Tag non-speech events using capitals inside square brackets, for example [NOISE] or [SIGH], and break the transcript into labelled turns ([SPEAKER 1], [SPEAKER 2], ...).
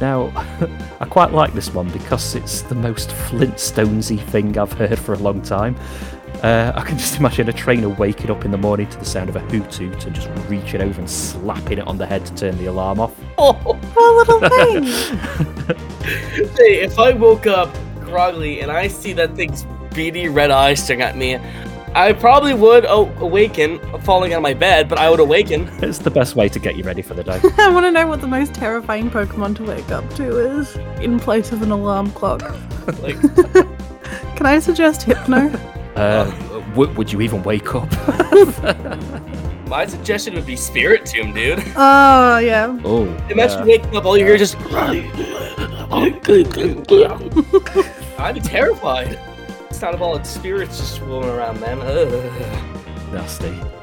[SPEAKER 1] Now, [LAUGHS] I quite like this one because it's the most Flintstonesy thing I've heard for a long time. Uh, I can [LAUGHS] just imagine a trainer waking up in the morning to the sound of a hoot hoot and just reaching over and slapping it on the head to turn the alarm off.
[SPEAKER 2] Oh, little
[SPEAKER 3] [LAUGHS]
[SPEAKER 2] thing.
[SPEAKER 3] Hey, if I woke up groggily and I see that thing's beady red eyes staring at me, I probably would oh, awaken, falling out of my bed, but I would
[SPEAKER 2] [LAUGHS]
[SPEAKER 3] awaken.
[SPEAKER 1] It's the best way to get you ready for the [LAUGHS] day.
[SPEAKER 2] I want to know what the most terrifying Pokemon to wake up to is in place of an alarm clock.
[SPEAKER 3] Like,
[SPEAKER 2] Can I suggest Hypno?
[SPEAKER 1] Uh, w- would you even wake up? [LAUGHS]
[SPEAKER 3] my suggestion would be Spirit Tomb, dude.
[SPEAKER 2] oh, yeah.
[SPEAKER 1] Oh,
[SPEAKER 3] Imagine
[SPEAKER 1] yeah.
[SPEAKER 3] waking up, all you hear is just. [LAUGHS] I'm terrified. It's not about spirits just swirling around, man. Ugh.
[SPEAKER 1] nasty.